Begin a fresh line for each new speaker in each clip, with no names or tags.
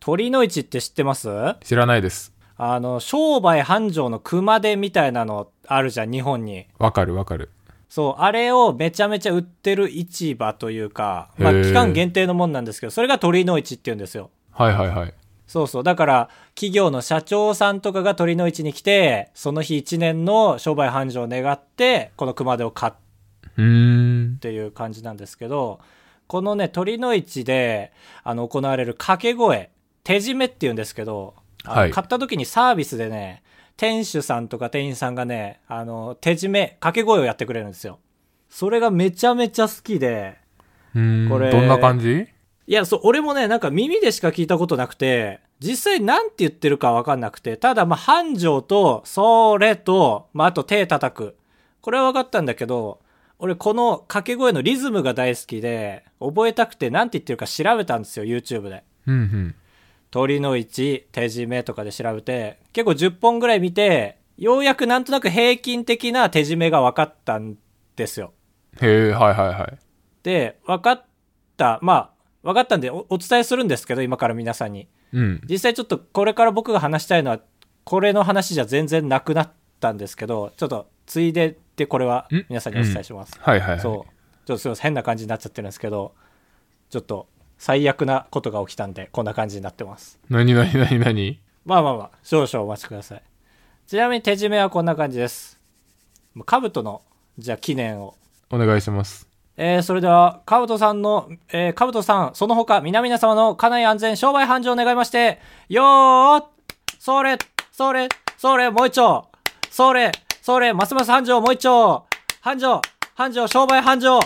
鳥の市って知ってます
知らないです。
あの、商売繁盛の熊手みたいなのあるじゃん、日本に。
わかるわかる。
そう、あれをめちゃめちゃ売ってる市場というか、まあ、
へー
期間限定のもんなんですけど、それが鳥の市って言うんですよ。
はいはいはい。
そうそう。だから、企業の社長さんとかが鳥の市に来て、その日一年の商売繁盛を願って、この熊手を買っ
うーん
っ。ていう感じなんですけどこのね鳥の市であの行われる掛け声手締めっていうんですけど、あの
はい
買った時にサービスでね店主さんとか店員さんがねあの手締め掛け声をやってくれるんですよそれがめちゃめちゃ好きで
うーん
これ
どんな感じ
いやそう俺もねなんか耳でしか聞いたことなくて実際なんて言ってるかわかんなくてただまあ繁盛とそれと、まあ、あと手叩くこれは分かったんだけど俺この掛け声のリズムが大好きで覚えたくてなんて言ってるか調べたんですよ YouTube で
うんうん。
「鳥の市手締め」とかで調べて結構10本ぐらい見てようやくなんとなく平均的な手締めが分かったんですよ
へえ、はいはいはい。
で分かったまあ分かったんでおお伝えするんですけど今から皆さんに
うん。
実際ちょっとこれから僕が話したいのはこれの話じゃ全然なくなったんですけどちょっとついででこれは
ん
皆さんにお伝えします、
はいはいはい。
そうちょっとすいません変な感じになっちゃってるんですけどちょっと最悪なことが起きたんでこんな感じになってます
何何何何
まあまあまあ少々お待ちくださいちなみに手締めはこんな感じですカブトのじゃあ記念を
お願いします。
えーそれでは、カブトさんの、えー、カブトさん、その他、皆々様の家内安全、商売繁盛を願いまして、よーそれ、それ、それ、もう一丁それ、それ、ますます繁盛、もう一丁繁盛、繁盛、商売繁盛っ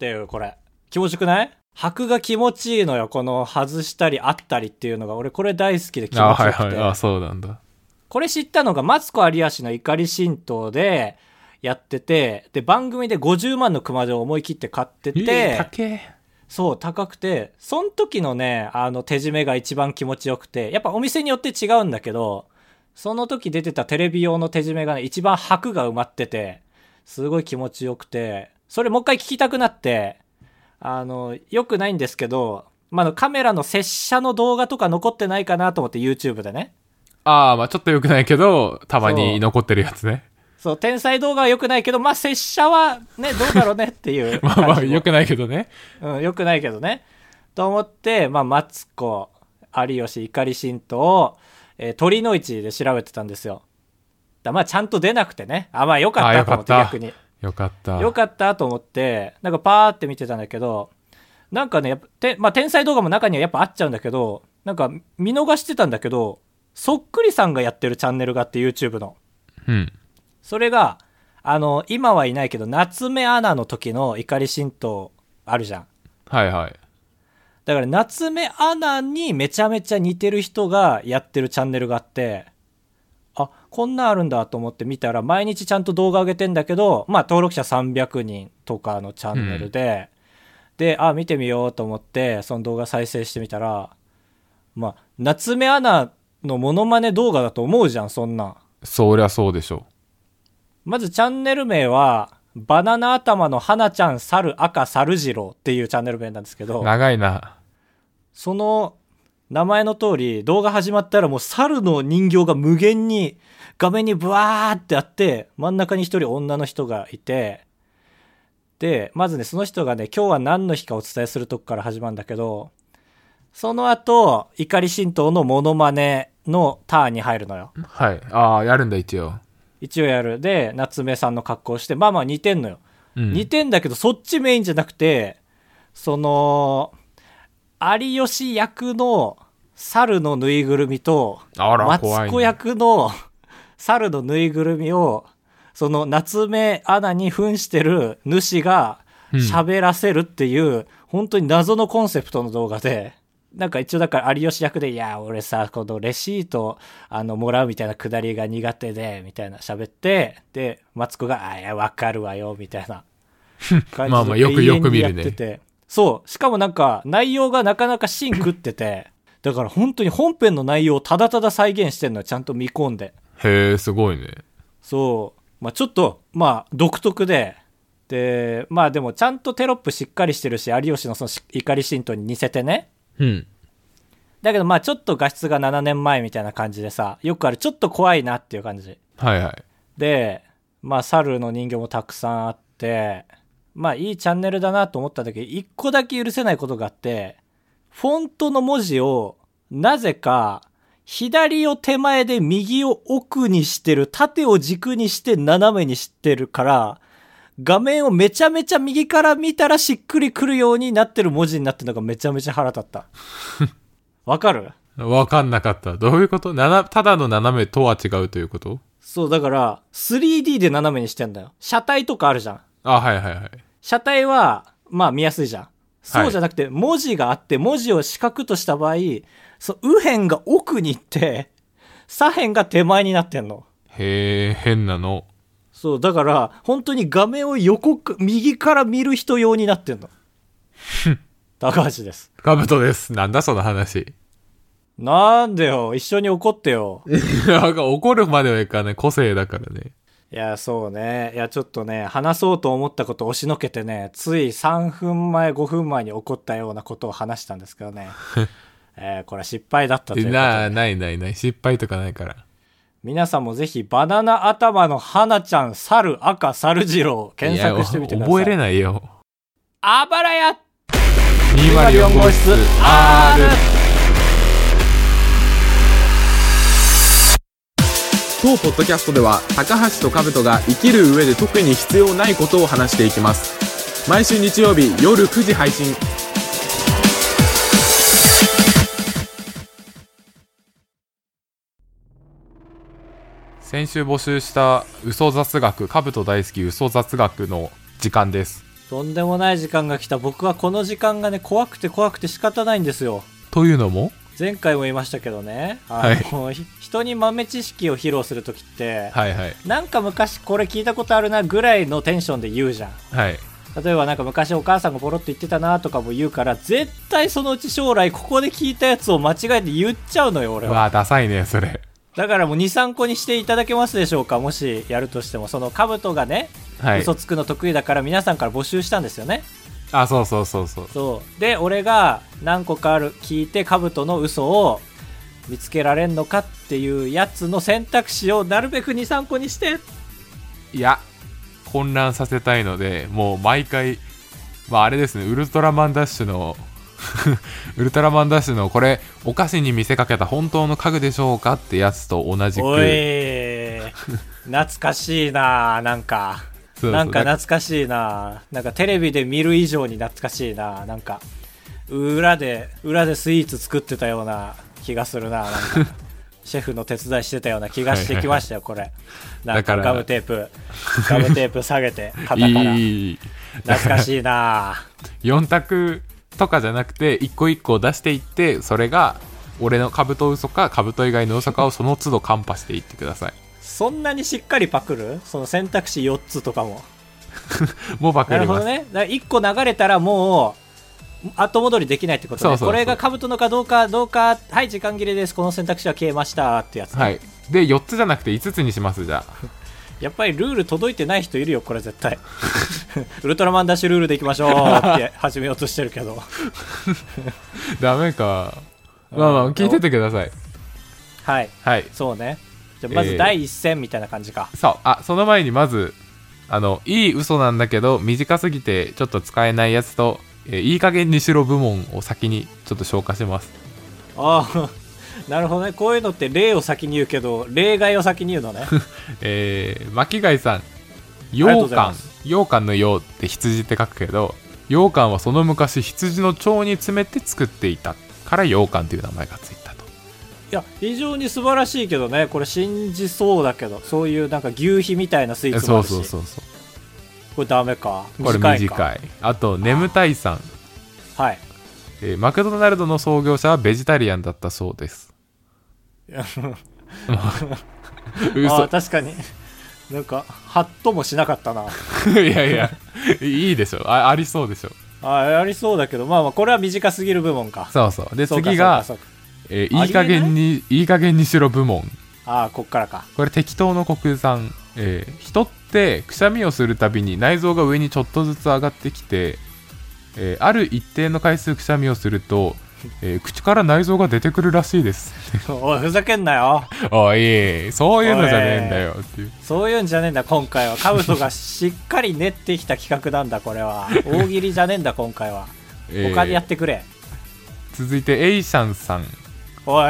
ていう、これ。気持ちよくない箔が気持ちいいのよ。この、外したり、あったりっていうのが、俺これ大好きで気持ち
あ
よくて。
はいはい。あそうなんだ。
これ知ったのがマツコ有吉の怒り神道でやっててで番組で50万の熊手を思い切って買ってて、
えー高え
そう高くてその時のねあの手締めが一番気持ちよくてやっぱお店によって違うんだけどその時出てたテレビ用の手締めがね一番箔が埋まっててすごい気持ちよくてそれもう一回聞きたくなってあのよくないんですけど、まああの、カメラの拙者の動画とか残ってないかなと思って YouTube でね
ああ、まあちょっと良くないけど、たまに残ってるやつ ね。
そう、天才動画は良くないけど、まあ、拙者はね、どうだろうねっていう
まあまあ
感じも
良くないけどね。
うん、良くないけどね。と思って、まあ、マツコ、有吉、怒り神道を、えー鳥の市で調べてたんですよ。だまあ、ちゃんと出なくてね。あ、まあ、良かっ
あ
た
よ
と
か
思っ
っ
て、
た
逆に。
よかった。
良かったと思って、なんかパーって見てたんだけど、なんかね、やっぱ、てまあ、天才動画も中にはやっぱあっちゃうんだけど、なんか見逃してたんだけど、そっくりさんがやってるチャンネルがあって、YouTube の。
うん。
それが、あの、今はいないけど、夏目アナの時の怒り神道あるじゃん。
はいはい。
だから、夏目アナにめちゃめちゃ似てる人がやってるチャンネルがあって、あ、こんなんあるんだと思って見たら、毎日ちゃんと動画上げてんだけど、まあ、登録者300人とかのチャンネルで、で、あ、見てみようと思って、その動画再生してみたら、まあ、夏目アナのモノマネ動画だと思うじゃん、そんなん。
そりゃそうでしょ
まずチャンネル名は、バナナ頭の花ちゃん猿赤猿次郎っていうチャンネル名なんですけ
う。
ど、
長いな。
その名前の通り動画始まったらもう猿の人形が無限に画面にブワーってあって、真ん中に一人女の人がいて、で、まずね、その人がね、今日は何の日かお伝えするとこから始まるんだけど、その後、怒り神道のモノマネのターンに入るのよ。
はい。ああ、やるんだ一応。
一応やる。で、夏目さんの格好して、まあまあ似てんのよ。
うん。
似てんだけどそっちメインじゃなくてその有吉役の猿のぬいぐるみと
あら、
マツ
怖い、
コ
ね。
役の猿のぬいぐるみをその夏目アナに扮してる主が
うん
喋らせるっていう、本当に謎のコンセプトの動画でなんか一応だから有吉役で「いや俺さこのレシートあのもらうみたいなくだりが苦手で」みたいな喋ってでマツコが「あいやわかるわよ」みたいな感
まあまあよくよく見るね
永遠にやっててそうしかもなんか内容がなかなかシン食っててだから本当に本編の内容をただただ再現してるのよちゃんと見込んで
へえ、すごいね。
そう、まあ、ちょっとまあ独特ででまあでもちゃんとテロップしっかりしてるし有吉のそのし怒り神道に似せてね
うん。
だけどまあちょっと画質が7年前みたいな感じでさ、よくあるちょっと怖いなっていう感じ。
はいはい。
で、まあ猿の人形もたくさんあって、まあいいチャンネルだなと思った時、一個だけ許せないことがあって、フォントの文字をなぜか左を手前で右を奥にしてる、縦を軸にして斜めにしてるから、画面をめちゃめちゃ右から見たらしっくりくるようになってる文字になってるのがめちゃめちゃ腹立った。わかる
わかんなかった。どういうことななただの斜めとは違うということ
そう、だから、3D で斜めにしてんだよ。車体とかあるじゃん。
あ、はいはいはい。
車体は、まあ見やすいじゃん。そうじゃなくて、文字があって、文字を四角とした場合、そう右辺が奥に行って、左辺が手前になってんの。
へえ、変なの。
そう、だから、本当に画面を横く、右から見る人用にな ってんの。高橋です。
カブトです。なんだその話。
なんでよ、一緒に怒ってよ。
なんか怒るまではいかない。個性だからね。
いや、そうね。いや、ちょっとね、話そうと思ったことを押しのけてね、つい3分前、5分前に起こったようなことを話したんですけど ね。えーこれは失敗だったということで
な、ないないない。失敗とかないから。
皆さんもぜひ、バナナ頭の花ちゃん、猿、赤、猿次郎、検索してみてください。
や覚えれないよ。
あばらや
204
204
号
号
室
室
R
R。
当ポッドキャストでは高橋と兜が生きる上で特に必要ないことを話していきます毎週日曜日夜9時配信
先週募集した嘘雑学、カブト大好き嘘雑学の時間です。
とんでもない時間が来た。僕はこの時間がね、怖くて怖くて仕方ないんですよ。
というのも
前回も言いましたけどね、
はい
あのひ人に豆知識を披露するときって、
はいはい。
なんか昔これ聞いたことあるなぐらいのテンションで言うじゃん。
はい。
例えばなんか昔お母さんがボロって言ってたなとかも言うから、絶対そのうち将来ここで聞いたやつを間違えて言っちゃうのよ、俺
う
は。
わ、ダサいね、それ。
だからもう2、3個にしていただけますでしょうか、もしやるとしても。その兜がね、
はい。
嘘つくの得意だから皆さんから募集したんですよね。
あ、そうそうそうそう。
そう。で、俺が何個かある聞いて兜の嘘を見つけられんのかっていうやつの選択肢をなるべく2、3個にして
いや、混乱させたいので、もう毎回、まああれですね、ウルトラマンダッシュの、 ウルトラマンダッシュのこれ、お菓子に見せかけた本当の家具でしょうかってやつと同じく、
おい懐かしいななんか
そうそう
なんか
だ
懐かしいななんかテレビで見る以上に懐かしいななんか裏で裏でスイーツ作ってたような気がするななん かシェフの手伝いしてたような気がしてきましたよこれなんか
だから
ガムテープガムテープ下げ て肩から
いい、
懐かしいな
4択とかじゃなくて、一個一個出していって、それが、俺のカブト嘘か、カブト以外の嘘かをその都度カンパしていってください。
そんなにしっかりパクるその選択肢4つとかも
もうバク
な
り
るほ
ま
ど
す。
ね。だから1個流れたらもう、後戻りできないってことね。
そうそうそう
これが兜のかどうか、どうか、はい、時間切れです。この選択肢は消えました。ってやつ、
はい。で、4つじゃなくて5つにします、じゃあ。
やっぱりルール届いてない人いるよ、これ絶対。 ウルトラマンダッシュルールでいきましょうって始めようとしてるけど。
ダメか。まあまあ、聞いててください。
はい、
はい。
そうね。じゃあま
え
ず
ー
第一戦みたいな感じか。
そうあその前にまずあのいい嘘なんだけど短すぎてちょっと使えないやつと、えーいい加減にしろ部門を先にちょっと消化します
ああ、 なるほどね。こういうのって例を先に言うけど、例外を先に言うの ね。
えー、巻貝さん
りがとうご
羊
ざいま
羹
す
羊羹の羊って羊って書くけど羊羹はその昔羊の腸に詰めて作っていたから羊羹という名前がついたと
いや、非常に素晴らしいけどね。これ信じそうだけど、そういうなんか牛皮みたいなスイー
え
ツも
そ
あ
う
るし。
そうそうそう
これダメか。
これ
短
短い
いか。
あと眠たいさん、
はい。
えーマクドナルドの創業者はベジタリアンだったそうです
あ
嘘
あ、確かに。 なんか、ハッともしなかったな。
いやいや、いいでしょ。あありそうでしょ。
あありそうだけど、まあまあ、これは短すぎる部門か。
そうそう。で、
そうか
次が、
そうか
えー
あ
い
り
い
えな
加
い
減に、いい加減にしろ部門。
そうかああ、こっからか。
これ適当の国産。えー人ってくしゃみをするたびに内臓が上にちょっとずつ上がってきて、えーある一定の回数くしゃみをすると、えー口から内臓が出てくるらしいです
おいふざけんなよ
おいそういうのじゃねえんだよっていう
そういうんじゃねえんだ今回はカブトがしっかり練ってきた企画なんだこれ は大喜利じゃねえんだ今回は
えー
他にやってくれ、
続いてエイシャンさん、
おい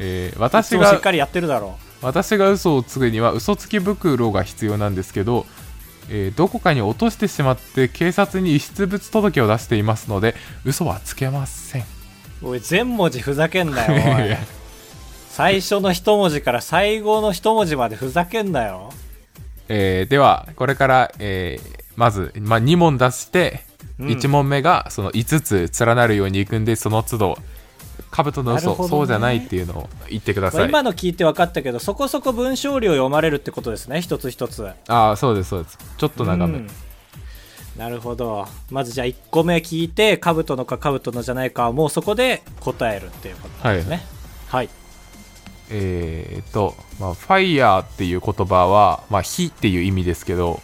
えー
私
私
もしっ
が
かりやってるだろ
私が嘘をつくには嘘つき袋が必要なんですけど、えーどこかに落としてしまって警察に遺失物届を出していますので嘘はつけません
おい全文字ふざけんな
い
よおい
や
最初の一文字から最後の一文字までふざけんなよ
えーではこれから、えーまず、まあ、2問出して、
うん
1問目がその5つ連なるようにいくんでその都度兜の
な
嘘、
るほどね
そうじゃないっていうのを言ってくだ
まあ
さい、
今の聞いて分かったけどそこそこ文章量読まれるってことですね一つ一つ
ああそうですそうですちょっと長め、
うんなるほどまずじゃあ1個目聞いてカブトのかカブトのじゃないかはもうそこで答えるっていうこと
はい、
ですねはい
えー、と、まあ、ファイヤーっていう言葉は、まあ、火っていう意味ですけど、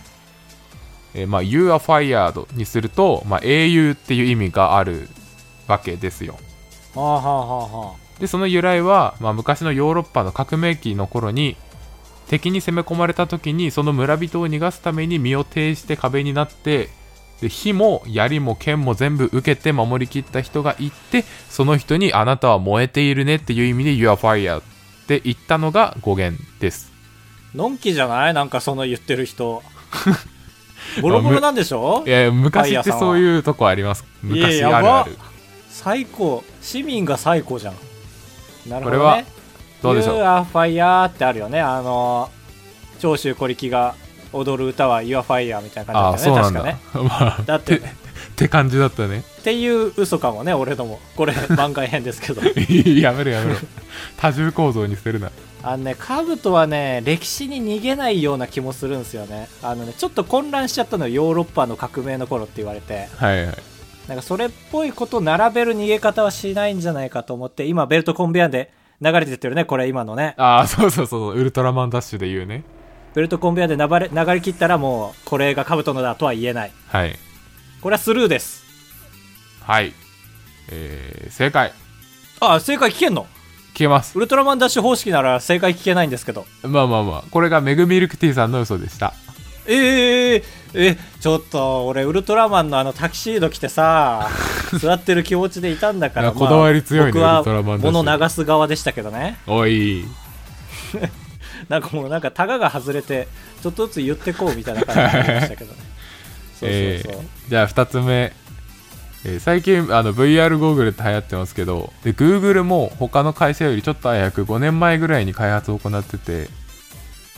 えーまあ、You are fired にすると、まあ、英雄っていう意味があるわけですよ。
はあはあはあは
で、その由来は、まあ、昔のヨーロッパの革命期の頃に、敵に攻め込まれた時に、その村人を逃がすために身を挺して壁になって、で火も槍も剣も全部受けて守りきった人がいてその人に「あなたは燃えているね」っていう意味で「You are fire」って言ったのが語源です
あのんきじゃないなんかその言ってる 人ボロボロなんでしょ
いや昔
ファ
って
イヤーさんは
そういうとこあります
い
昔
ややば
あるある
最高市民が最高じゃんなるほど、ね、
これはどうでしょ
You
う
are fire ってあるよねあの長州小力が踊る歌は You are fire みたいな
あ
感
あ
じだ
そう
った
な
よ
ん
ね確
だ、
かね
まあ
だって
って感じだったね
っていう嘘かもね俺どもこれ番外編ですけ ど
やめろやめろ多重構造にするな
あのねカブトはね歴史に逃げないような気もするんですよねあのねちょっと混乱しちゃったのよヨーロッパの革命の頃って言われて
はいはい
なんかそれっぽいこと並べる逃げ方はしないんじゃないかと思って今ベルトコンベヤーで流れてってるねこれ今のね
ああそうそうそうウルトラマンダッシュで言うね
ベルトコンベヤーで流れ流れ切ったらもうこれがカブトのだとは言えない
はい
これはスルーです
はいえー、正解
あ正解聞けんの
消えます
ウルトラマンダッシュ方式なら正解聞けないんですけど
まあまあまあこれがメグミルクティーさんの嘘でした
えええちょっと俺ウルトラマンのあのタキシード着て さ座ってる気持ちでいたんだから、
いやこだわり強いね
僕は
ウルトラマンだし
物流す側でしたけどね
おい
なんかもうなんかタガが外れてちょっとずつ言ってこうみたいな感じになりましたけど ねそう
え
そうそう、
ーじゃあ2つ目、えー最近あの VR ゴーグルって流行ってますけどで Google も他の会社よりちょっと早く5年前ぐらいに開発を行ってて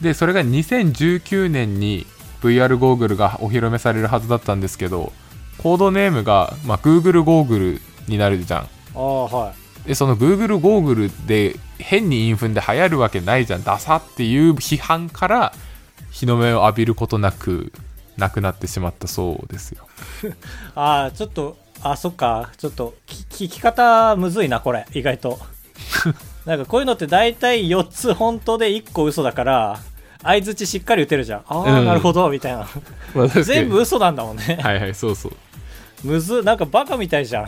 でそれが2019年に VR ゴーグルがお披露目されるはずだったんですけどコードネームが、まあ、Google ゴーグルになるじゃん
ああはい
でその Google ゴーグルで変にインフンで流行るわけないじゃんダサっていう批判から日の目を浴びることなくなくなってしまったそうですよ
ああちょっとあそっかちょっと聞聞き方むずいなこれ意外 となんかこういうのって大体4つ本当で1個嘘だから相づちしっかり打てるじゃんああ、
うん
なるほどみたいな全部嘘なんだもんね
はいはいそうそう
むずなんかバカみたいじゃん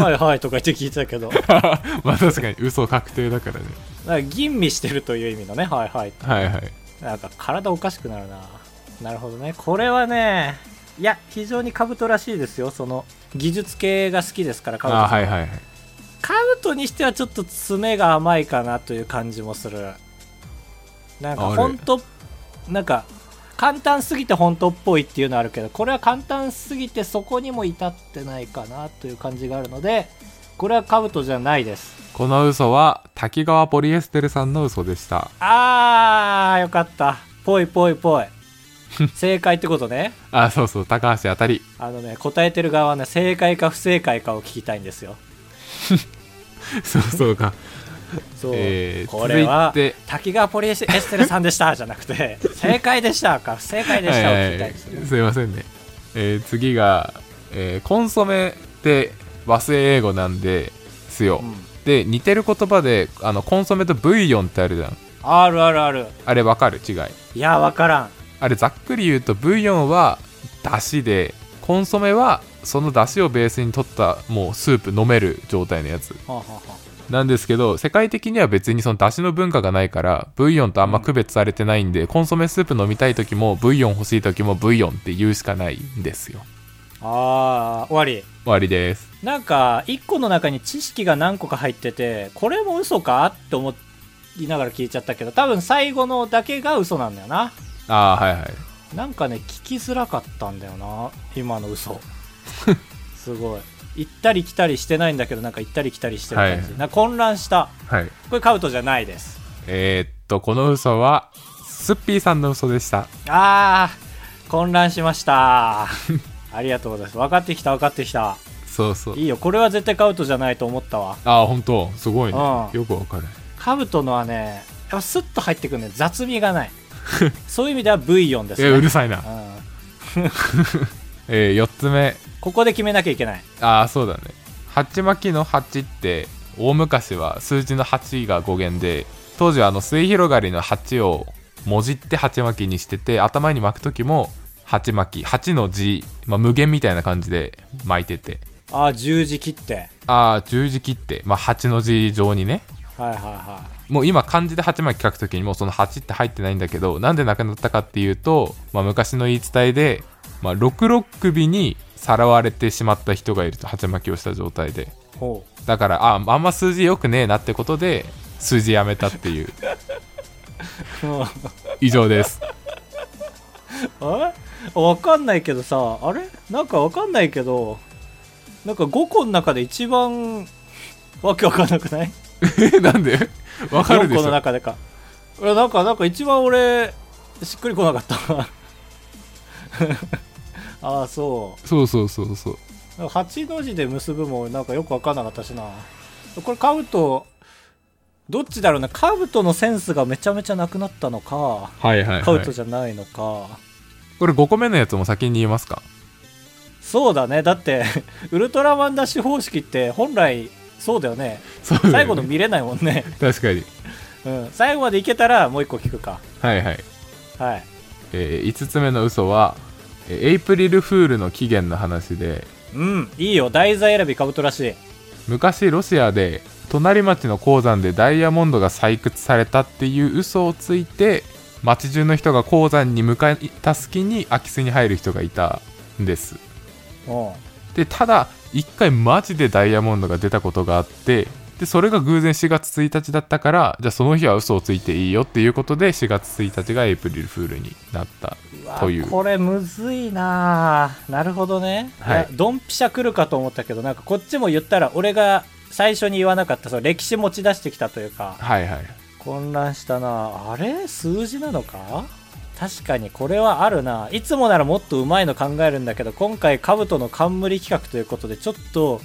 はいはいとか言って聞いてたけど
まあ確かに嘘確定だからね
なんか吟味してるという意味のねはいはい
はいはい
なんか体おかしくなるななるほどねこれはねいや非常にカブトらしいですよその技術系が好きですからカブトさん
あはいはいはい
カウトにしてはちょっと爪が甘いかなという感じもするなんか
あれ
本当なんか簡単すぎて本当っぽいっていうのはあるけどこれは簡単すぎてそこにも至ってないかなという感じがあるのでこれはカブトじゃないです
この嘘は滝川ポリエステルさんの嘘でした
あーよかったぽいぽいぽ い正解ってことね
あそうそう高橋あたり
あのね答えてる側はね正解か不正解かを聞きたいんですよ
そうそうか
そう、
えー
これは
続いて
滝川ポリエスエステルさんでしたじゃなくて正解でしたか不正解でしたを聞きたいですね、
すいませんね、えー次が、えーコンソメって和製英語なんですよ、
うん
で似てる言葉であのコンソメとブイヨンってあるじゃん
あるあるある
あれわかる違い
いやわからん
あれざっくり言うとブイヨンはだしでコンソメはその出汁をベースに取ったもうスープ飲める状態のやつ
あはあはあ
なんですけど世界的には別にその出汁の文化がないからブイヨンとあんま区別されてないんで、コンソメスープ飲みたい時もブイヨン欲しい時もブイヨンって言うしかないんですよ
あー終わり
終わりです
なんか1個の中に知識が何個か入っててこれも嘘かって思いながら聞いちゃったけど多分最後のだけが嘘なんだよな
ああはいはい
なんかね聞きづらかったんだよな今の嘘すごい行ったり来たりしてないんだけどなんか行ったり来たりしてる感じ、
はい
なんか混乱した
はい
これカウトじゃないです
えー、っとこの嘘はスッピーさんの嘘でした
あー混乱しました ありがとうございます分かってきた分かってきた
そうそう
いいよこれは絶対カウトじゃないと思ったわ
ああ本当すごいね
うん
よくわかる
カブトのはねやっぱスッと入ってくるね雑味が ないそういう意味では V4 です
えう
ね、
るさいな
う、ん、
えー、4つ目
ここで決めなきゃいけない
ああそうだね鉢巻きの鉢って大昔は数字の8が語源で当時はあの末広がりの8をもじって鉢巻きにしてて頭に巻く時も鉢巻き8の字、まあ、無限みたいな感じで巻いてて
ああ十字切って
ああ十字切って、まあ、8の字上にね
はいはいは
もう今漢字で鉢巻き書くときにもうその鉢って入ってないんだけどなんでなくなったかっていうと、まあ、昔の言い伝えで、まあ、六六首にさらわれてしまった人がいると鉢巻きをした状態で
いほう
だからああんま数字良くねえなってことで数字やめたっていう以上です
あれ分かんないけどさあれなんか分かんないけどなんか5個の中で一番わけわかんなくない
えなんでわかるでし
4個の
ょ
中でかいやなんかなんか一番俺しっくりこなかった ああそう
そうそうそうそう
8の字で結ぶもなんかよく分かんなかったしなこれカブトどっちだろうなカブトのセンスがめちゃめちゃなくなったのか
はいはい、
カ
は
ブト
い、
じゃないのか、
これ5個目のやつも先に言いますか
そうだねだって ウルトラマンダッシュ方式って本来そうだよね
そうだよね
最後の見れないもんね、
確かに
うん、最後までいけたらもう一個聞くか
はいはい
はい
えー、5つ目の嘘はえーエイプリルフールの起源の話で
うんいいよ題材選びカブトらしい
昔ロシアで隣町の鉱山でダイヤモンドが採掘されたっていう嘘をついて町中の人が鉱山に向かった隙に空き巣に入る人がいたんです
うん
でただ一回マジでダイヤモンドが出たことがあってでそれが偶然4月1日だったからじゃあその日は嘘をついていいよっていうことで4月1日がエイプリルフールになった
うわ
という
これむずいなあなるほどね、
はい
やドンピシャ来るかと思ったけどなんかこっちも言ったら俺が最初に言わなかったその歴史持ち出してきたというか
はいはい
混乱したなあれ数字なのか確かにこれはあるないつもならもっとうまいの考えるんだけど今回カブトの冠企画ということでちょっと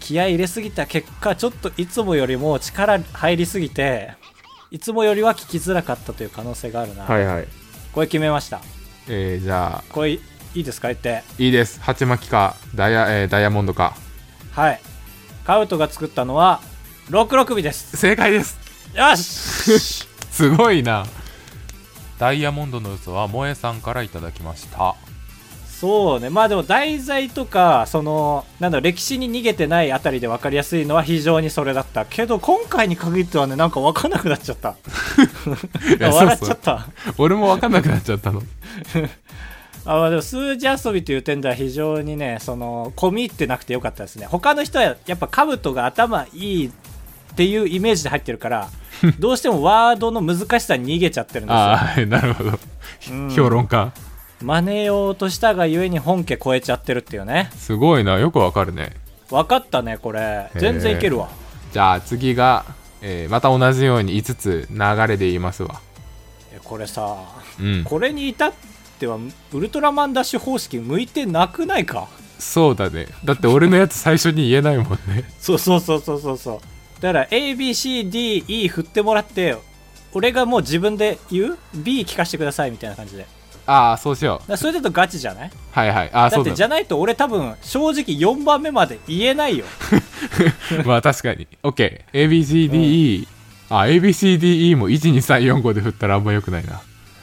気合い入れすぎた結果ちょっといつもよりも力入りすぎていつもよりは聞きづらかったという可能性があるな、
いはい
これ決めました
えー、じゃあ
これいいですか言って
いいです鉢巻きかダイヤ、えーダイヤモンドか
はいカウトが作ったのは66尾です
正解です
よし
すごいなダイヤモンドの嘘は萌えさんからいただきました
そうねまあでも題材とかそのなんだろう歴史に逃げてないあたりで分かりやすいのは非常にそれだったけど今回に限ってはねなんか分かんなくなっちゃった
いや
笑っ
そう
ち
そ
ゃ
う
った
俺も分かんなくなっちゃったの
あまあでも数字遊びという点では非常にねその込み入ってなくてよかったですね他の人はやっぱカブトが頭いいっていうイメージで入ってるから どうしてもワードの難しさに逃げちゃってるんですよ
ああはいなるほど、
うん
評論家
真似ようとしたがゆえに本家超えちゃってるっていうね
すごいなよくわかるね
分かったねこれ
ー
全然いけるわ
じゃあ次が、えーまた同じように5つ流れで言いますわ
えこれさ
うん
これに至ってはウルトラマンダッシュ方式向いてなくないか
そうだねだって俺のやつ最初に言えないもんね
そうそうそうそうそうそうだから ABCDE 振ってもらって俺がもう自分で言う ?B 聞かせてくださいみたいな感じでだか
ああそうしよう
らそれだとガチじゃない
はいはいああ
だっ
そう
て
だ
じゃないと俺多分正直4番目まで言えないよ
まあ確かに OKABCDE、あ ABCDE も12345で振ったらあんまよくないな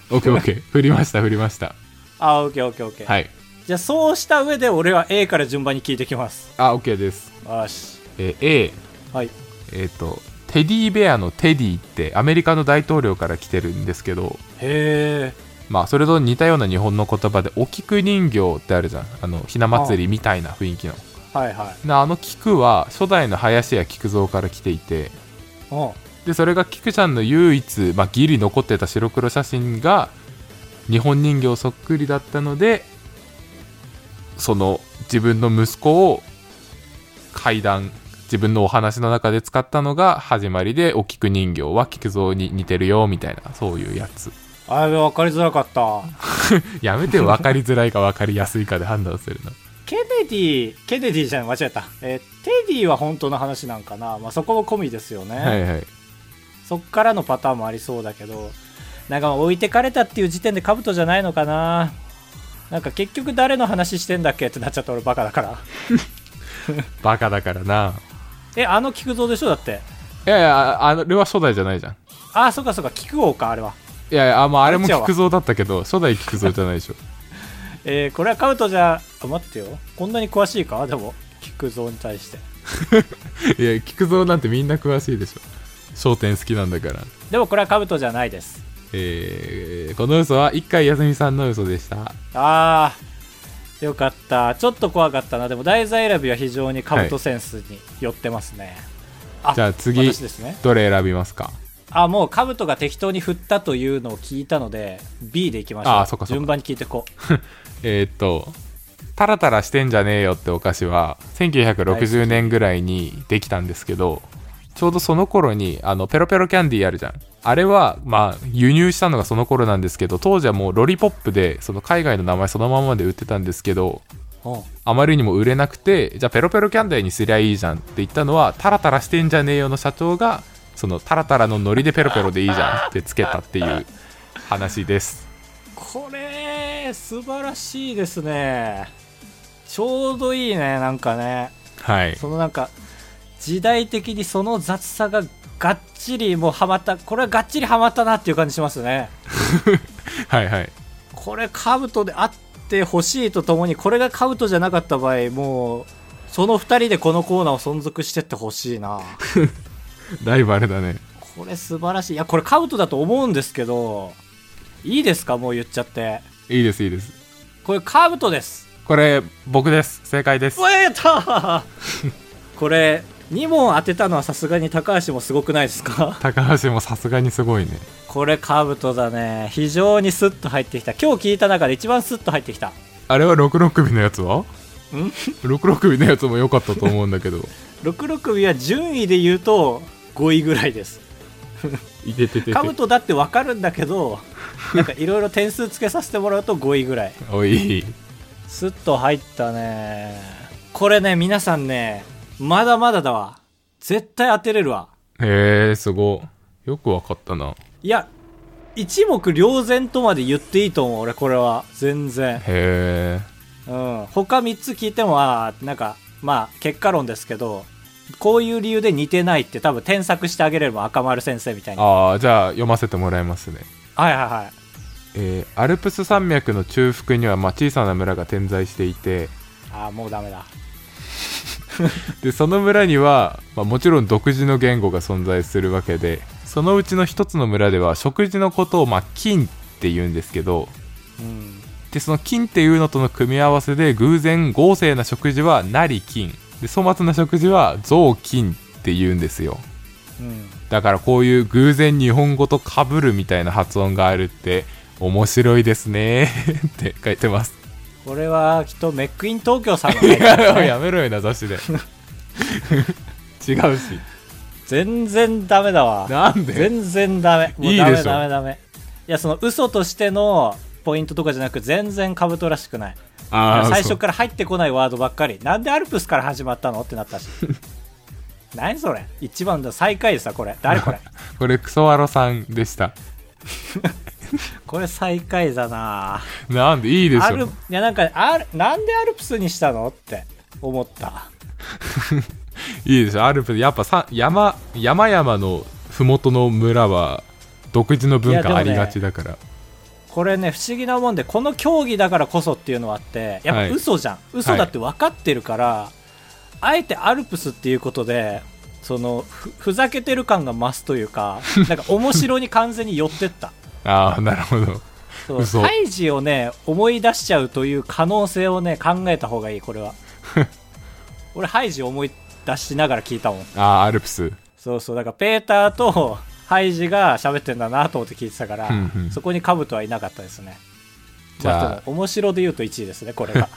OKOK 振りました振りました
あオッケーオッケーオッケー
はい
じゃあそうした上で俺は A から順番に聞いてきます
あ OK です、
よし
えー A
はい
えっ、とテディベアのテディってアメリカの大統領から来てるんですけど
へえ
まあそれと似たような日本の言葉でお菊人形ってあるじゃんあのひな祭りみたいな雰囲気の
はいはい
なあの菊は初代の林家菊蔵から来ていて
お
でそれが菊ちゃんの唯一、まあ、ギリ残ってた白黒写真が日本人形そっくりだったのでその自分の息子を階段自分のお話の中で使ったのが始まりでお菊人形は菊蔵に似てるよみたいなそういうやつ
あれ分かりづらかった
やめて分かりづらいか分かりやすいかで判断する の
ケネディケネディじゃない間違えた、えーテディは本当の話なんかな、まあ、そこも込みですよね、
はいはい
そっからのパターンもありそうだけどなんか置いてかれたっていう時点でカブトじゃないのかななんか結局誰の話してんだっけってなっちゃった俺バカだから
バカだからな
えあの菊蔵でしょだって
いやいやああれは初代じゃないじゃん
ああそっかそっか菊王かあれはい
やいやあ,、まあ、あれも
あれちゃうわ
菊蔵だったけど初代菊蔵じゃない でしょ
えーこれはカブトじゃあ待ってよこんなに詳しいかでも菊蔵に対して
いや菊蔵なんてみんな詳しいでしょ『笑点』好きなんだから
でもこれはカブトじゃないです
えーこの嘘は一回休みさんの嘘でした
あーよかったちょっと怖かったなでも題材選びは非常にカブトセンスに寄ってますね、あ
じゃあ次
私ですね
どれ選びますか
あもうカブトが適当に振ったというのを聞いたので B でいきましょう
あそっかそっか
順番に聞いてこう
えーっと「タラタラしてんじゃねえよ」ってお菓子は1960年ぐらいにできたんですけどちょうどその頃にあのペロペロキャンディーあるじゃんあれはまあ輸入したのがその頃なんですけど当時はもうロリポップでその海外の名前そのままで売ってたんですけど
うん
あまりにも売れなくてじゃあペロペロキャンディーにすりゃいいじゃんって言ったのはタラタラしてんじゃねえよの社長がそのタラタラのノリでペロペロでいいじゃんってつけたっていう話です
これ素晴らしいですねちょうどいいねなんかね
はい
そのなんか時代的にその雑さががっちりもうはまったこれはがっちりはまったなっていう感じしますね
はいはい
これカブトであってほしいとともにこれがカブトじゃなかった場合もうその2人でこのコーナーを存続してってほしいな
ライバルだね
これ素晴らしいいやこれカブトだと思うんですけどいいですかもう言っちゃって
いいですいいです
これカブトです
これ僕です正解です
うわやった これ2問当てたのはさすがに高橋もすごくないですか
高橋もさすがにすごいね
これカブトだね非常にスッと入ってきた今日聞いた中で一番スッと入ってきた
あれは66首のやつは
ん
?66 首のやつも良かったと思うんだけど
66位は順位で言うと5位ぐらいです
いてててて
カブトだって分かるんだけどなんかいろいろ点数つけさせてもらうと5位ぐらい
おい
スッと入ったねこれね皆さんねまだまだだわ絶対当てれるわ
へえすごいよくわかったない
や一目瞭然とまで言っていいと思う俺これは全然
へえ
うん他3つ聞いてもあーなんかまあ結果論ですけどこういう理由で似てないって多分添削してあげれば赤丸先生みたいにはい
ああじゃあ読ませてもらいますね、
はいはい
えーアルプス山脈の中腹にはまあ小さな村が点在していて
ああもうダメだ
でその村には、まあ、もちろん独自の言語が存在するわけでそのうちの一つの村では食事のことを、まあ、金って言うんですけど
うん
でその金っていうのとの組み合わせで偶然豪勢な食事はなり金で粗末な食事は雑金って言うんですよ
うん
だからこういう偶然日本語とかぶるみたいな発音があるって面白いですね って書いてます
これはきっとメックイン東京さんのね
い ややめろよな雑誌で 違うし
全然ダメだわ
なんで
全然ダメもうい
い
ダ
で
メ
しょ
ダメダメいやその嘘としてのポイントとかじゃなく全然カブトらしくない
あー
最
そ
初
う
から入ってこないワードばっかりなんでアルプスから始まったのってな ったし何それ一番だ最下位ですわこれ誰 これ
これクソワロさんでした
これ最下位だな
なんでいいでし
あるい
ょ
やなんかあるなんでアルプスにしたのって思った
いいでしょアルプスやっぱさ山山々の麓の村は独自の文
いやで
化
も
あ
ね
りがちだから、
これね不思議なもんでこの競技だからこそっていうのはあってや
は
っ
い
ぱ嘘じゃん、嘘だって分かってるから、あえてアルプスっていうことでそのふふざけてる感が増すという かなんか面白に完全に寄ってった
ああなるほど
そう
嘘
胎児をね思い出しちゃうという可能性をね考えた方がいいこれ は俺ハイジを思い出しながら聞いたもん
ああアルプス
そうそうだからペーターと ハイジが喋ってんだなと思って聞いてたから
うんうん
そこにカブトはいなかったですね
じゃあ
までも面白で言うと1位ですねこれ が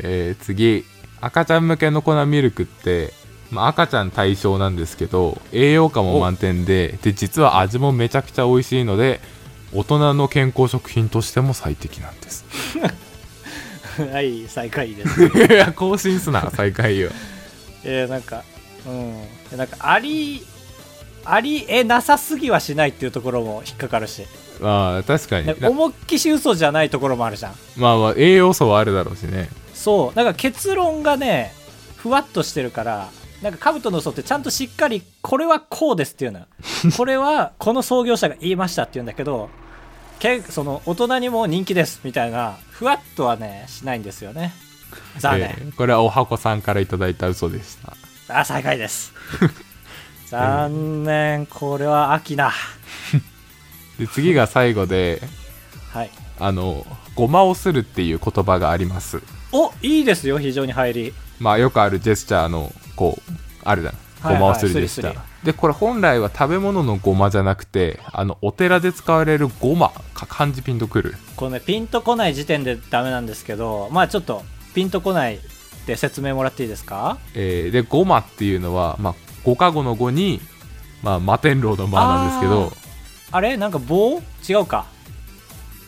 えー次赤ちゃん向けの粉ミルクって、まあ、赤ちゃん対象なんですけど栄養価も満点でで実は味もめちゃくちゃ美味しいので大人の健康食品としても最適なんです
はい最下位です
いや更新すな最下位は
えー、なんかうんなんかありありえなさすぎはしないっていうところも引っかかるし
まあ確かに
なんか
な
思いっきし嘘じゃないところもあるじゃん
まあまあ栄養素はあるだろうしね
そうなんか結論がねふわっとしてるからなんか兜の嘘ってちゃんとしっかりこれはこうですっていう のよこれはこの創業者が言いましたっていうんだけどけその大人にも人気ですみたいなふわっとはねしないんですよね残念、
えーこれはおはこさんからいただいた嘘でした
あ最下位です 残念これは秋な
で次が最後で
はい
あのごまをするっていう言葉があります
おいいですよ非常に入り
まあよくあるジェスチャーのこうあるじゃん
はい
ごまをするジェスチャー、
はいスリ
でこれ本来は食べ物のごまじゃなくてあのお寺で使われるごまか漢字ピンとくる
このねピンとこない時点でダメなんですけどまあちょっとピンとこないで説明もらっていいですか
えーでごまっていうのは、まあ、ご加護のごに、まあ、摩天楼の間なんですけど
あれなんか棒違うか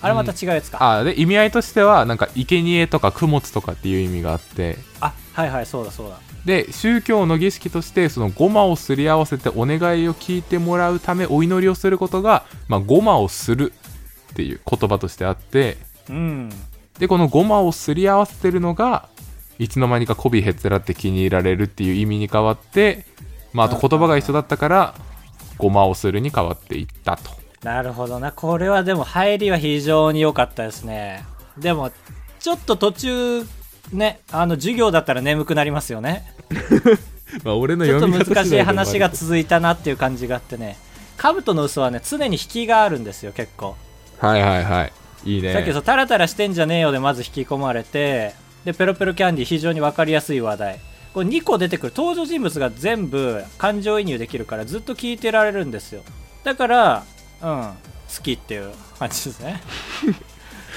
あれまた違うやつか、
あーで意味合いとしてはなんか生贄とか供物とかっていう意味があって
あはいはいそうだそうだ
で宗教の儀式としてそのごまをすり合わせてお願いを聞いてもらうためお祈りをすることが、まあ、ごまをするっていう言葉としてあって
うん
でこのごまをすり合わせてるのがいつの間にかこびへつらって気に入られるっていう意味に変わって、まあ、あと言葉が一緒だったからごまをするに変わっていったと
なるほどなこれはでも入りは非常に良かったですねでもちょっと途中ねあの授業だったら眠くなりますよね
まあ俺の
ちょっ
読
と
み方
難しい話が
次
続いたなっていう感じがあってね兜の嘘はね常に引きがあるんですよ結構
第はいはいはいいいね
さっきそう、タラタラしてんじゃねえよでまず引き込まれて、で、ペロペロキャンディー非常に分かりやすい話題。これ2個出てくる登場人物が全部感情移入できるからずっと聞いてられるんですよ。だから、うん、好きっていう感じです ね。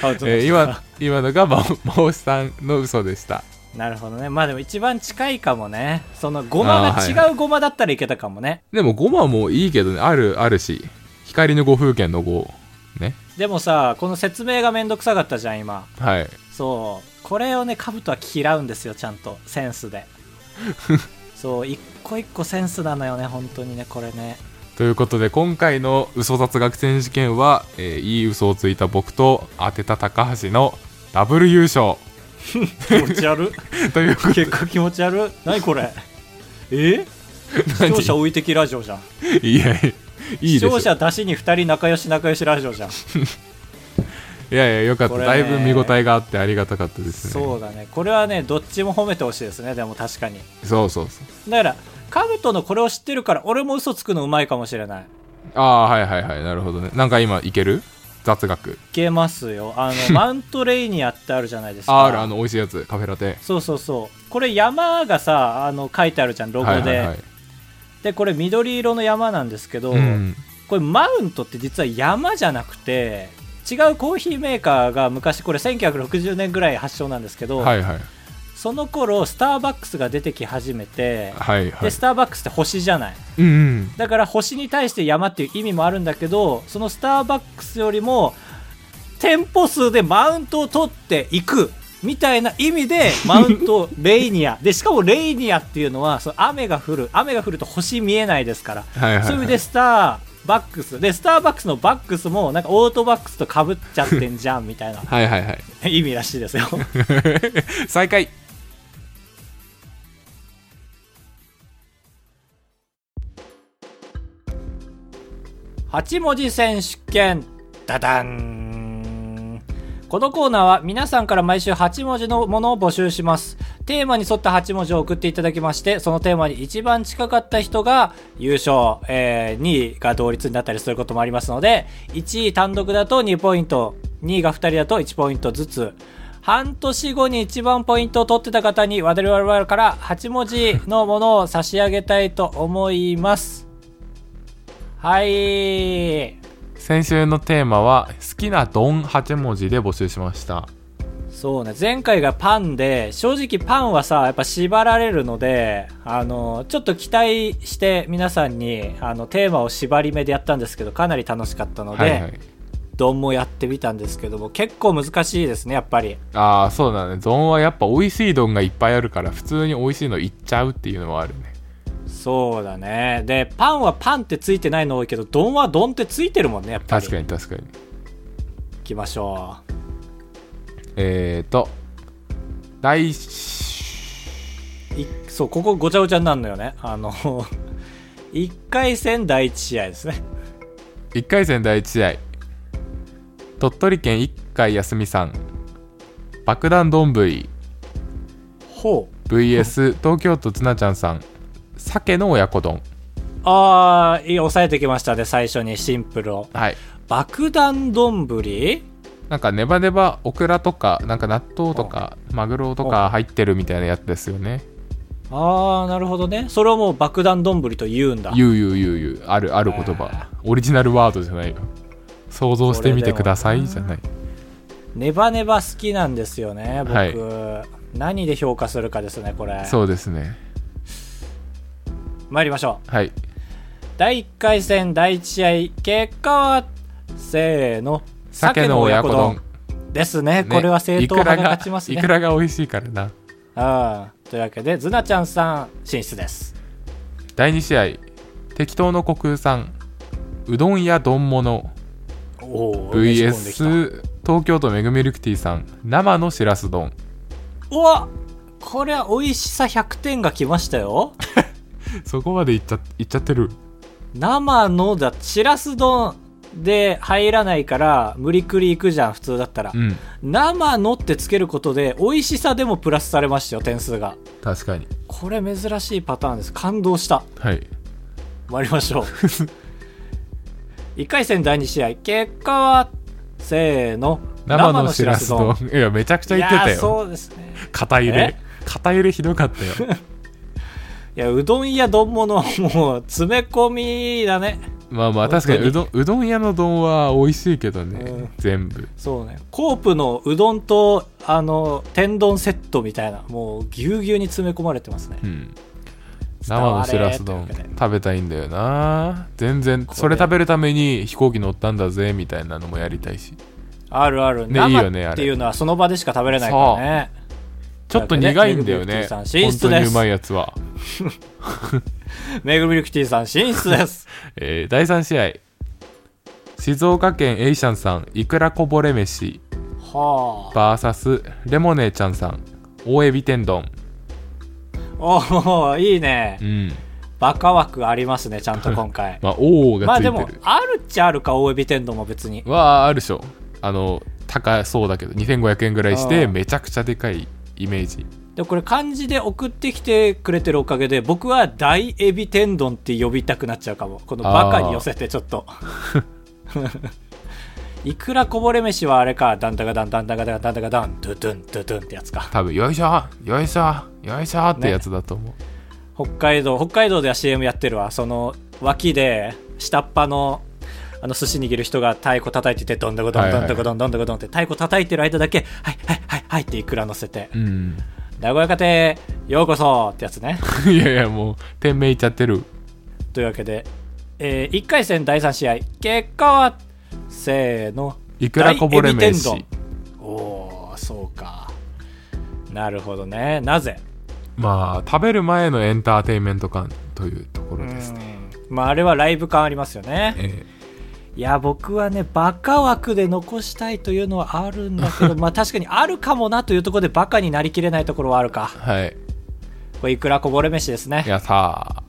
アウトの人
えー今今のがままおしさんの嘘でした
なるほどね。まあでも一番近いかもね。そのゴマ
あーはい
が違うゴマだったらいけたかもね。
でもごまもいいけどねあるあるし光の五風圏の五ね
でもさ、この説明がめんどくさかったじゃん、今。
はい
そうこれをねカブトは嫌うんですよちゃんとセン スでそう一個一個センスなのよね本当にねこれね
ということで今回の嘘雑学選手権は、えーいい嘘をついた僕と当てた高橋のダブル優勝
気持ち悪
ということで
結果気持ち悪何これえ視聴者置いてきラジオじゃん
いやいやいい
視
で
聴
すい
者出しに2人仲良し仲良しラジオじゃん
やいやよかった、
これね
だいぶ見応えがあってありがたかったですね
そうだねこれはねどっちも褒めてほしいですねでも確かに
そうそうそう
だからカブトのこれを知ってるから俺も嘘つくのうまいかもしれない
ああはいはいはいなるほどねなんか今いける雑学
いけますよあ のマウントレーニアってあるじゃないですか
あるあの美味しいやつカフェラテ
そうそうそうこれ山がさあの書いてあるじゃんロゴで、
はいはいはい
でこれ緑色の山なんですけど、
うん
これマウントって実は山じゃなくて違うコーヒーメーカーが昔これ1960年ぐらい発祥なんですけど、
はいはい
その頃スターバックスが出てき始めて、
はいはい
でスターバックスって星じゃない
うんうん
だから星に対して山っていう意味もあるんだけどそのスターバックスよりも店舗数でマウントを取っていくみたいな意味でマウントレイニアでしかもレイニアっていうのはその雨が降る雨が降ると星見えないですから、
はいはいはい
そういう意味でスターバックスでスターバックスのバックスもなんかオートバックスとかぶっちゃってんじゃんみたいな
はいはい はい
意味らしいですよ
最下位
8文字選手権ダダンこのコーナーは皆さんから毎週8文字のものを募集します。テーマに沿った8文字を送っていただきまして、そのテーマに一番近かった人が優勝、えー2位が同率になったりすることもありますので、1位単独だと2ポイント、2位が2人だと1ポイントずつ、半年後に一番ポイントを取ってた方に我々から8文字のものを差し上げたいと思います。はい。
先週のテーマは「好きなドン8文字」で募集しました
そうね前回がパンで正直パンはさやっぱ縛られるのであのちょっと期待して皆さんにあのテーマを縛り目でやったんですけどかなり楽しかったので、
はいはい
ドンもやってみたんですけども結構難しいですねやっぱり
ああそうだねゾーンはやっぱ美味しい丼がいっぱいあるから普通に美味しいのいっちゃうっていうのはあるね
そうだねでパンはパンってついてないの多いけどドンはドンってついてるもんねやっぱり
確かに確かに
行きましょう
えーと第し
いそうここごちゃごちゃになるのよねあの1回戦第1試合ですね
1回戦第1試合鳥取県一回休みさん爆弾丼 VS
ほう
東京都つなちゃんさん鮭の親子丼
ああ抑えてきましたね最初にシンプルを
はい
爆弾丼ぶり
なんかネバネバオクラとかなんか納豆とかマグロとか入ってるみたいなやつですよね
ああなるほどねそれをもう爆弾丼ぶりと言うんだ
ゆうゆうゆうゆうあるある言葉オリジナルワードじゃないよ想像してみてくださいじゃない
ネバネバ好きなんですよね僕、
はい
何で評価するかですねこれ
そうですね
参りましょう
はい
第1回戦第1試合結果はせーの
鮭の親子丼
ですね
ね
これは正統派が勝ちます
いく
ね
らが美味しいからな
うんというわけでズナちゃんさん進出です
第2試合適当の虚空さんうどんや丼物
おお
VS 東京都めぐみルクティさん生のしらす丼
うわこれは美味しさ100点が来ましたよ
そこまでいっちゃいっちゃってる
生のだしらす丼で入らないから無理くり行くじゃん普通だったら、
うん
生のってつけることで美味しさでもプラスされましたよ点数が
確かに
これ珍しいパターンです感動した
はい
参りま しょう1回戦第2試合結果はせーの
生のしらす丼いやめちゃくちゃ
い
言って
や
た
ー
よ
そうですね
肩入れ肩入れひどかったよ
いやうどんや丼物はもう詰め込みだね
まあまあ確かにうどんうどん屋の丼は美味しいけどね、
うん
全部
そうねコープのうどんとあの天丼セットみたいなもうぎゅうぎゅうに詰め込まれてますね
うん
伝
生
わ
の
れ
しらす丼
というわけで
食べたいんだよな全然それ食べるために飛行機乗ったんだぜみたいなのもやりたいし
あるある、
ねいいよね
生
あれ
っていうのはその場でしか食べれないからね
ちょっと苦いんだよ
めぐみ
ね
さん
本
進出
当
です
にうまいやつは、
メグミルクティーさん進出です
えー第3試合静岡県エイシャンさんいくらこぼれ飯
はあ
VS レモネーちゃんさん大エビ天丼
おおいいね
うん
バカ枠ありますねちゃんと今 回
まあ王
ま
が
あ
ついて
で
る、
もあるっちゃあるか大エビ天丼も別に
はあるでしょあの高そうだけど2500円ぐらいして
うん
めちゃくちゃでかいイメージ
でこれ漢字で送ってきてくれてるおかげで僕は大エビ天丼って呼びたくなっちゃうかもこのバカに寄せてちょっと いくらこぼれ飯はあれかダンダガダンダンダガダンダンダガダンドゥドゥンドゥドゥンってやつか
多分よいしょよいしょよいしょってやつだと思う、
北海道北海道では CM やってるわその脇で下っ端のあの寿司握る人が太鼓叩いててどんどこどんどんどこどんどんどこどんって太鼓叩いてる間だけ「はいはいはいはい」っていくら乗せて
うん
「名古屋家庭ようこそ」ってやつね
いやいやもう店名いっちゃってる
というわけで、え1回戦第3試合結果はせーの
いくらこぼれ
大エビ
飯
天丼おおそうかなるほどねなぜ
まあ食べる前のエンターテインメント感というところですね、
うんまああれはライブ感ありますよね
え
いや僕はねバカ枠で残したいというのはあるんだけ どまあ確かにあるかもなというところでバカになりきれないところはあるか
えはい
これいくらこぼれ飯ですね
いやさあ、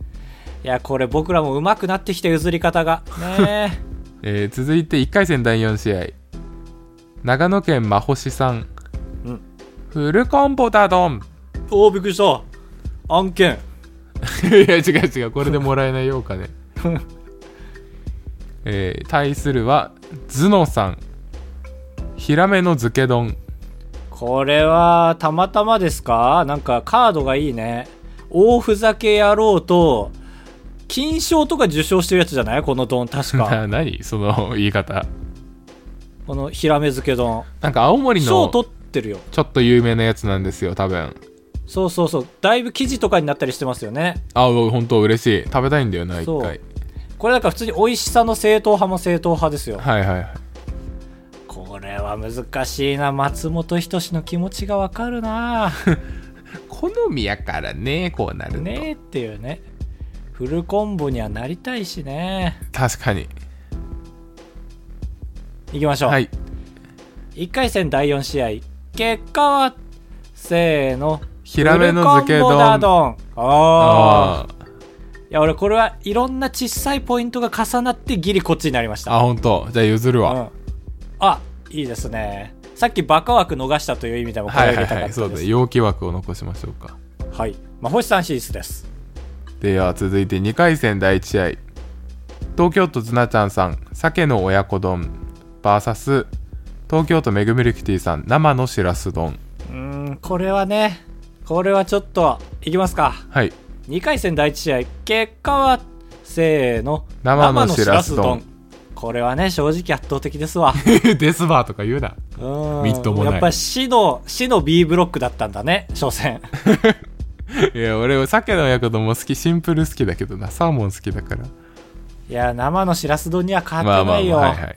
いやこれ僕らも上手くなってきて譲り方がね
えー続いて1回戦第4試合長野県真星さん、
うん
フルコンボだどん
おおびっくりした案件
いや違う 違うこれでもらえないよう かねえー対するは頭脳さんヒラメの漬け丼
これはたまたまですかなんかカードがいいね大ふざけ野郎と金賞とか受賞してるやつじゃないこの丼確か
な何その言い方
このヒラメ漬け丼
なんか青森
賞
の
取ってるよ
ちょっと有名なやつなんですよ多分
そうそうそうだいぶ記事とかになったりしてますよね
あ本当嬉しい食べたいんだよな
そ
一
う
回
これだから普通に美味しさの正統派も正統派ですよ
はいはいはい
これは難しいな松本人志の気持ちがわかる な
好みやからねこうなると
ねえっていうねフルコンボにはなりたいしね
確かに
いきましょう、
はい
1回戦第4試合結果はせーの
ヒラメの漬け
フルコンボだ
丼
どんああ
あー
いや俺これはいろんな小さいポイントが重なってギリこっちになりました
あ本当じゃあ譲るわ、
うん、あいいですねさっきバカ枠逃したという意味でもこれを
はい
入
はい
れた
は
かった
い
です
そうだね容器枠を残しましょうか
はいまあ星さんシリーズです
では続いて2回戦第1試合東京都ずなちゃんさん鮭の親子丼 VS 東京都めぐみルキティさん生のしらす丼
うーんこれはねこれはちょっといきますか
はい
2回戦第1試合結果はせーの
生のしらす丼
これはね正直圧倒的ですわ
デスバーとか言うな
うーん
みっともない
やっぱ死の死の B ブロックだったんだね初 戦
いや俺は鮭の親子丼も好きシンプル好きだけどなサーモン好きだから
いや生のしらす丼には勝
まあ
て
ま
な
あ
い
ま
よ
あ
は
はい
い、
はい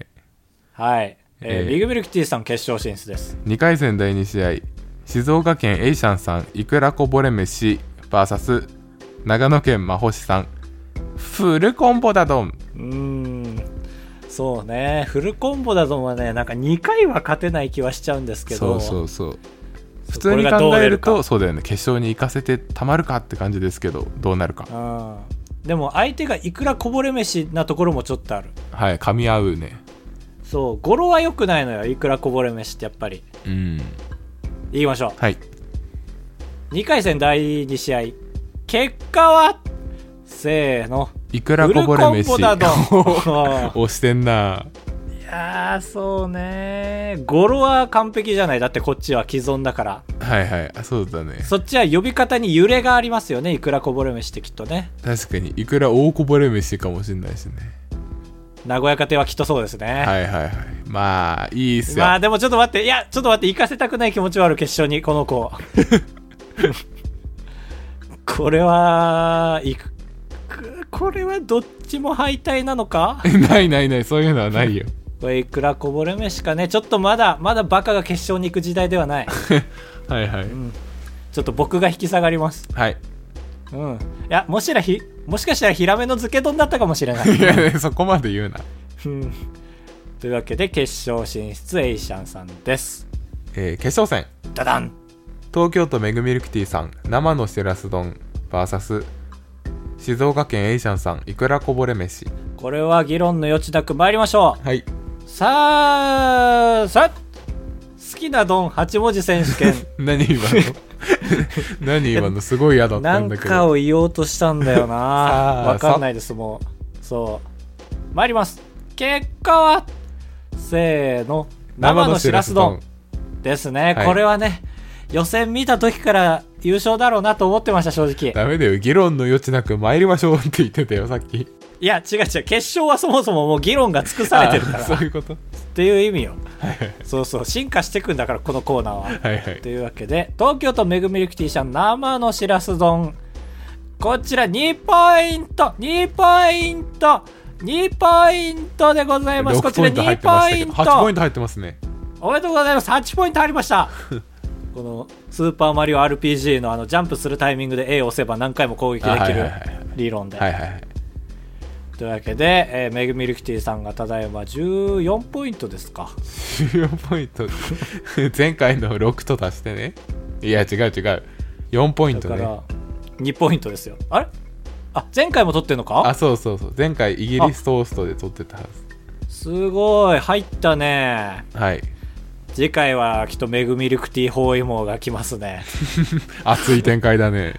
えー
えー
ビッグミルクティーさん決勝進出です
2回戦第2試合静岡県エイシャンさんいくらこぼれ飯 VS 長野県真星さんフルコンボだどん
うーんそうねフルコンボだとはねなんか2回は勝てない気はしちゃうんですけ
そ
ど
うそうそう普
こ
通
れ
に
がどう
考え
出
る
か
とそうだよね決勝に行かせてたまるかって感じですけどどうなるか
うんでも相手がいくらこぼれ飯なところもちょっとある
はい噛み合うね
そう語呂は良くないのよいくらこぼれ飯ってやっぱり
うん
言いましょ
はいう
2回戦第2試合結果はせーの
いくらこぼれ飯
フルコンボだど ん
押してんない
やーそうね語呂は完璧じゃないだってこっちは既存だから
はいはいあそうだね
そっちは呼び方に揺れがありますよねいくらこぼれ飯ってきっとね
確かにいくら大こぼれ飯かもしんないしね
名古屋家庭はきっとそうですね、
はいはいはいまあいいっすよ
まあでもちょっと待っていやちょっと待って行かせたくない気持ちはある決勝にこの子 これは行くくこれはどっちも敗退なのか
ないないないそういうのはないよ
これいくらこぼれ飯かねちょっとまだまだバカが決勝に行く時代では ない
はいはい
ちょっと僕が引き下がります
はい
うんいやもしらひもしかしたらヒラメの漬け丼だったかもしれない
いやねそこまで言うな
うんというわけで決勝進出エイシャンさんです
えー決勝戦
ダダン
東京都めぐみルクティさん生のしらす丼 VS 静岡県エイシャンさんいくらこぼれ飯
これは議論の余地なく参りましょう
はい
さあさ好きな丼8文字選手 権
何今の 何今のすごい嫌だった
なんん
だけ
か
ど
を言おうとしたんだ よな
あ
わかんないですもうそう参ります結果はせーの生のしらす丼ですね、
はい
これはね予選見た時から優勝だろうなと思ってました正直
ダメだよ議論の余地なく参りましょうって言ってたよさっき
いや違う違う決勝はそもそももう議論が尽くされてるから
そう
っ
いうこと
ていう意味よそうそう進化してくんだからこのコーナーは
はいはい
というわけで東京都めぐみるきティ社生のしらす丼こちら2ポイント2ポイント2ポイントでございますこ
6
ち
ポ
ら
イン
2
ト入ってました
ポイント
けど8ポイント入ってますね
おめでとうございます8ポイントありました この「スーパーマリオ RPG の」あのジャンプするタイミングで A を押せば何回も攻撃
あは
でき
いはい
る
はいはい
理論で、
はいはいはい
というわけで、えー、めぐみるきティさんがただいま14ポイントですか
14ポイント 前回の6と足してねいや違う違う4ポイン
だ
ト
か
ね
ら2ポイントですよあれあ前回も取ってんのか
あそうそうそう前回イギリストーストで撮ってたはず
すごい入ったね
はい
次回はきっとめぐみルクティー包囲網が来ますね
熱い展開だね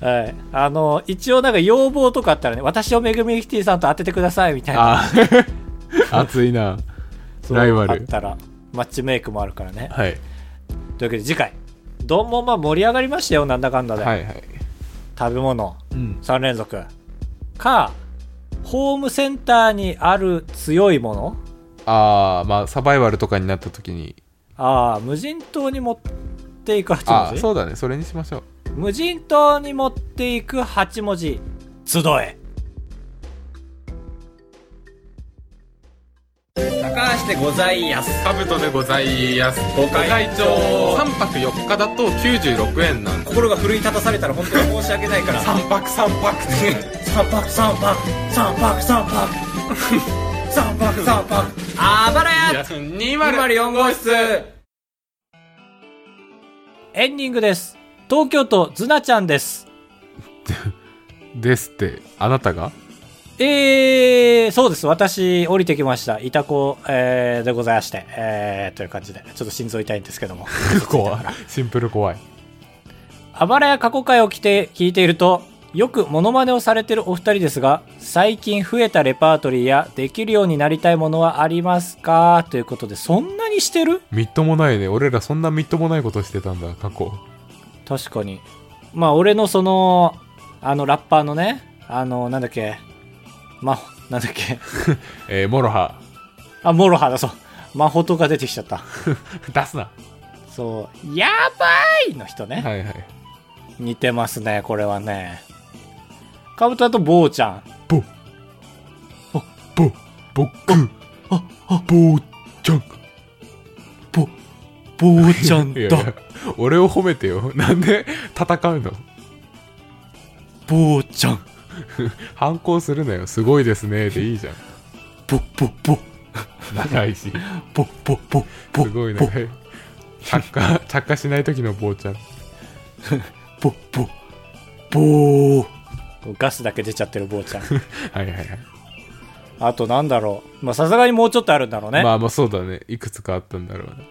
はいあの一応なんか要望とかあったらね私をめぐみルクティーさんと当ててくださいみたいな
あ熱いな
そう
ライバ
あっ
ル
たらマッチメイクもあるからね
はい
というわけで次回どんもまあ盛り上がりましたよなんだかんだで、
はいはい
食べ物
うん
3連続かホームセンターにある強いもの
ああまあサバイバルとかになった時に
ああ無人島に持っていく8
あ
文
ー
字
そうだねそれにしましょう
無人島に持っていく8文字集え
高橋でございやす
カブトでございますご
会長
3泊4日だと96円なんで
心が奮い立たされたら本当に申し訳ないから三泊三泊三泊三泊三泊三泊 三泊三泊あばらや204号室
エンディングです東京都ズナちゃんです
ですってあなたが
えー、そうです私降りてきましたいた子、えーでございまして、えー、という感じでちょっと心臓痛いんですけども
怖いシンプル怖い
あばらや過去回を聞いて聞いているとよくモノマネをされてるお二人ですが最近増えたレパートリーやできるようになりたいものはありますかということでそんなにしてる
みっともないね俺らそんなみっともないことしてたんだ過去
確かにまあ俺のそのあのラッパーのねあのなんだっけまあなんだっけ
えー、モロハ
あモロハだそう魔法とか出てきちゃった
出すな
そうやばいの人ね、
はいはい
似てますねこれはねカブトだとボーちゃん
ぼぼぼっくああぼーちゃん
ぼボーちゃん
いやいや俺を褒めてよ なんで戦うの
ボーちゃん
反抗するなよすごいですねでいいじゃん
ぼぼぼ
長いし
ぼぼぼぼ
すごい長い着火着火しない時の坊ちゃん
ぼぼぼガスだけ出ちゃってるボーちゃん
はいはいはい、
あとなんだろうまあさすがにもうちょっとあるんだろうね
まあまあそうだねいくつかあったんだろうね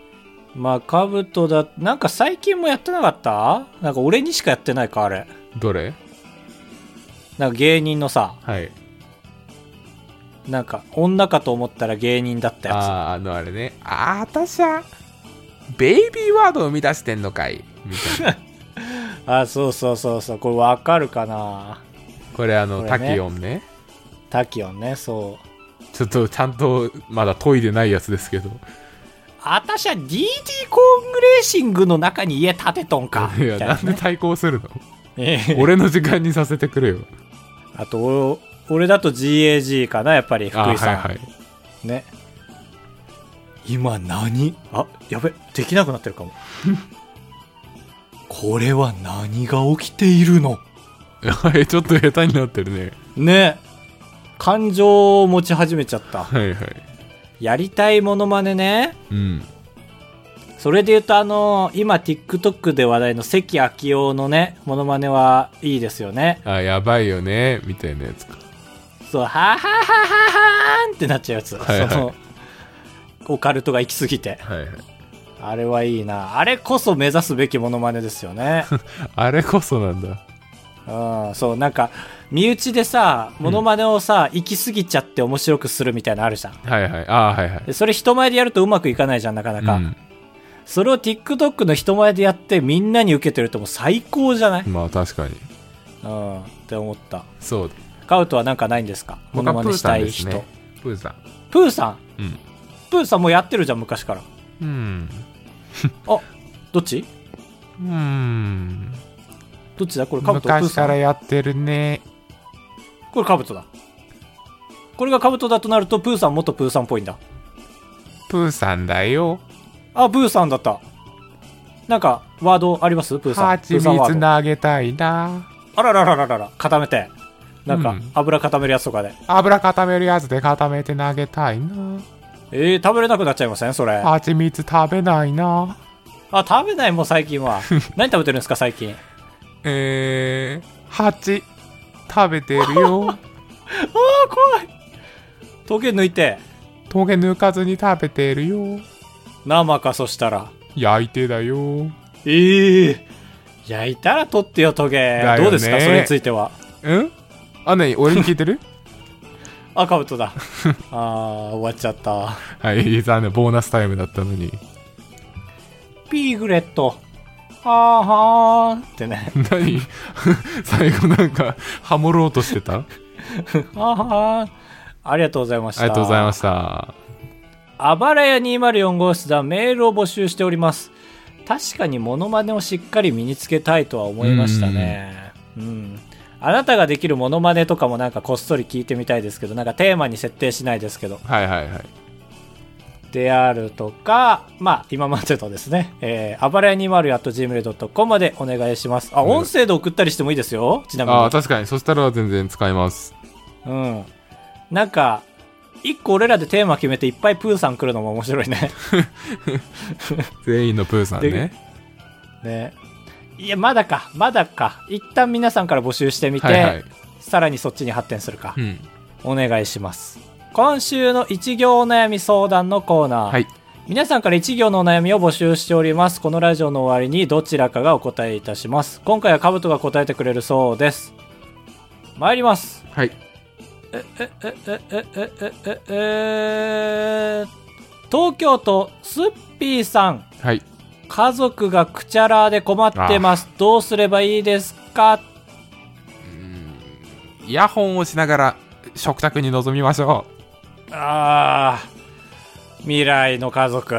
まあ、カブトだ、なんか最近もやってなかったなんか俺にしかやってないか、あれ。
どれ
なんか芸人のさ、
はい
なんか女かと思ったら芸人だった
あ
や
ああのあれねああたしゃベイビーワードを生み出してんのかいみたいな
つ。ああ、そうそうそうそう、これわかるかな
これあの
これ
タ
ね
キオンね
タキオンね、そう。
ちょっとちゃんとまだ研いでないやつですけど
あたしゃ DD コーングレーシングの中に家建てとんか。
い
み
や
たい
な
なん
で
ね。
対抗するの
ええ
俺の時間にさせてくれよ
あと俺、俺だと GAG かな、やっぱり、福
あ
井さん。
はいはい
ね。今何あ、やべ、できなくなって るかも。これは何が起きているの
はい、 ちょっと下手になってるね。
ね。感情を持ち始めちゃった。
はいはい。
やりたいモノマネね。
うん。
それで言うとあの、今 TikTok で話題の関明夫のね、モノマネはいいですよね。
あ、やばいよね、みたいなやつか。
そう、はははははーんってなっちゃうやつ。
はいはい
その、オカルトが行き過ぎて。
はいはい。
あれはいいな。あれこそ目指すべきモノマネですよ ね。
あれこそなんだ。
うん、そう、なんか、身内でさ、モノマネをさ、行き過ぎちゃって面白くするみたいなのあるじゃん。
はいはい。あはいはい。
でそれ人前でやるとうまくいかないじゃん、なかなか。
う
それを TikTok の人前でやってみんなに受けてるともう最高じゃない
ん。まあ確かに。
うん、って思った。
そう。
カウトはなんかないんですかモノマ
僕はプ
ネ
ー
し
さ
た
ん
い
です
人。
ね。プーさん。
プーさん
うん。
プーさんもやってるじゃん、昔から。
うん。
あ、どっち
うん。
どっちだこれカブトプー
昔
さ
か
ん
らやってるね。
これカブトだ。これがカブトだとなると、プーさんもっとプーさんっぽいんだ。
プーさんだよ。
あ、ブーさんだった。なんか、ワードありますブーさん。
蜂
ブーさんワー
蜜
ド
投げたいな。
あらららららら、固めて。なん
う
か
ん、
油固めるやつとかで。
油固めるやつで固めて投げたいな。
えー、食べれなくなっちゃいませんそれ。あ、
蜂蜜食べないな。
食べないもん、最近 は。何食べてるんですか、最近。
えー、蜂食べてる よ。
ああ、怖い。時計抜いて。
峠抜かずに食べてるよ
生かそしたら
焼いてだよ
ええ焼いたら取ってよトゲ、
だよね
どうですかそれについては
うんあ何俺に聞い てる
あカブト だあー終わっちゃった
はい残念ボーナスタイムだったのに
ピーグレットはーはーってね
何 最後なんかハモろうとしてたあ
はーはーありがとうございました
りがとうございました
あばらや204号室ではメールを募集しております。確かにモノマネをしっかり身につけたいとは思いましたね。うん。あなたができるモノマネとかもなんかこっそり聞いてみたいですけど、なんかテーマに設定しないですけど。
はいはいはい
であるとか、まあ、今までとですね、えー、あばらや 204.gmail.com までお願いします。あ、
うん
音声で送ったりしてもいいですよ。ちなみに。
あー確かにそしたら全然使います
うん。なんか、一個俺らでテーマ決めていっぱいプーさん来るのも面白いね。
全員のプーさん
で
ね
ねいやまだかまだか一旦皆さんから募集してみて、
はいはい
さらにそっちに発展するか
う、ん
お願いします今週の一行お悩み相談のコーナー、
はい
皆さんから一行のお悩みを募集しておりますこのラジオの終わりにどちらかがお答えいたします今回はカブトが答えてくれるそうです参ります
はい
えええええええー東京都すっぴーさん
はい
家族がくちゃらで困ってますどうすればいいですか
イヤホンをしながら食卓に臨みましょ
ああ未来の家族